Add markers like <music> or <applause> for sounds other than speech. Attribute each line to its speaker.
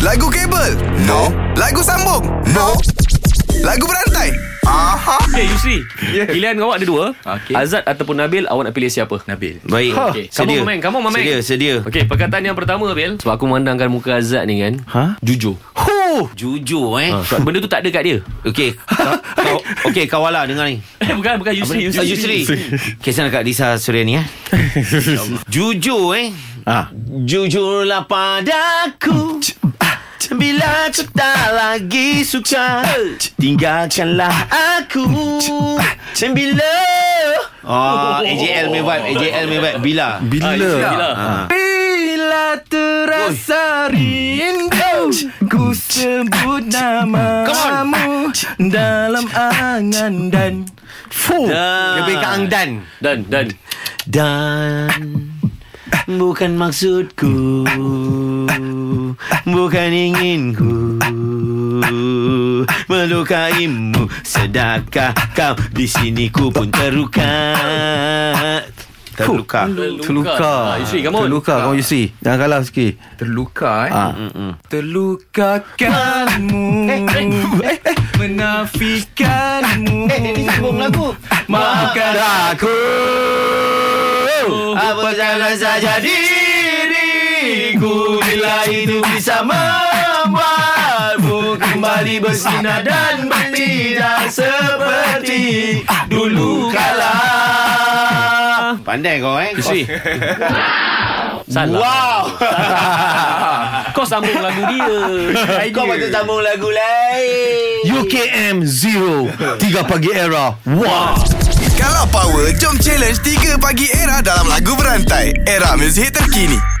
Speaker 1: Lagu kabel?
Speaker 2: No.
Speaker 1: Lagu sambung?
Speaker 2: No.
Speaker 1: Lagu berantai? Aha.
Speaker 3: Okay Yusri yeah. Pilihan awak ada dua okay. Azad ataupun Nabil Awak nak pilih siapa?
Speaker 4: Nabil
Speaker 3: Baik ha, okay. Kamu
Speaker 4: sedia.
Speaker 3: memain Kamu memain
Speaker 4: Sedia, sedia.
Speaker 3: Okey perkataan yang pertama Bil Sebab aku memandangkan muka Azad ni kan
Speaker 4: Ha?
Speaker 3: Jujur
Speaker 4: Huh Jujur eh
Speaker 3: ha, sebab Benda tu tak ada kat dia
Speaker 4: Okey Ka- kau, Okey Kawala dengar ni
Speaker 3: <laughs> Eh bukan bukan Yusri
Speaker 4: Yusri, Yusri. Kisah dekat Lisa Suryani
Speaker 3: <laughs>
Speaker 4: eh Jujur eh
Speaker 3: Ha.
Speaker 2: Ah.
Speaker 4: Jujurlah padaku Bila aku tak lagi suka Tinggalkanlah aku Bila Oh, AJL me vibe AJL me vibe Bila
Speaker 3: Ah,
Speaker 2: Bila?
Speaker 3: Yusri lah.
Speaker 5: Bila terasa rindu Ku sebut namamu Dalam angan dan
Speaker 2: Fuh.
Speaker 4: Lebih ke Angdan
Speaker 3: Dan Dan
Speaker 4: Dan Bukan maksudku Bukan inginku Melukaimu Sedakah kau Di sini ku pun terluka Terluka
Speaker 3: Terluka. Ah, Yusri come on
Speaker 2: Terluka Kau Yusri Jangan kalah sikit
Speaker 5: Terluka eh
Speaker 2: ah.
Speaker 5: Terlukakanmu Menafikanmu
Speaker 4: Eh,
Speaker 5: Maafkan
Speaker 2: aku
Speaker 4: Apa salah Ah, saja diriku Bila itu bisa membuatmu Kembali bersinar dan bertindak Seperti dulu kala Pandai kau eh
Speaker 3: Yusri Ah. Salah
Speaker 4: Wow
Speaker 3: Kau sambung lagu dia <laughs>
Speaker 4: Kau patut sambung lagu lain
Speaker 2: UKM Zero 3 pagi era Wow
Speaker 1: Kalau power, jom challenge 3 pagi era dalam lagu berantai. Era muzik terkini.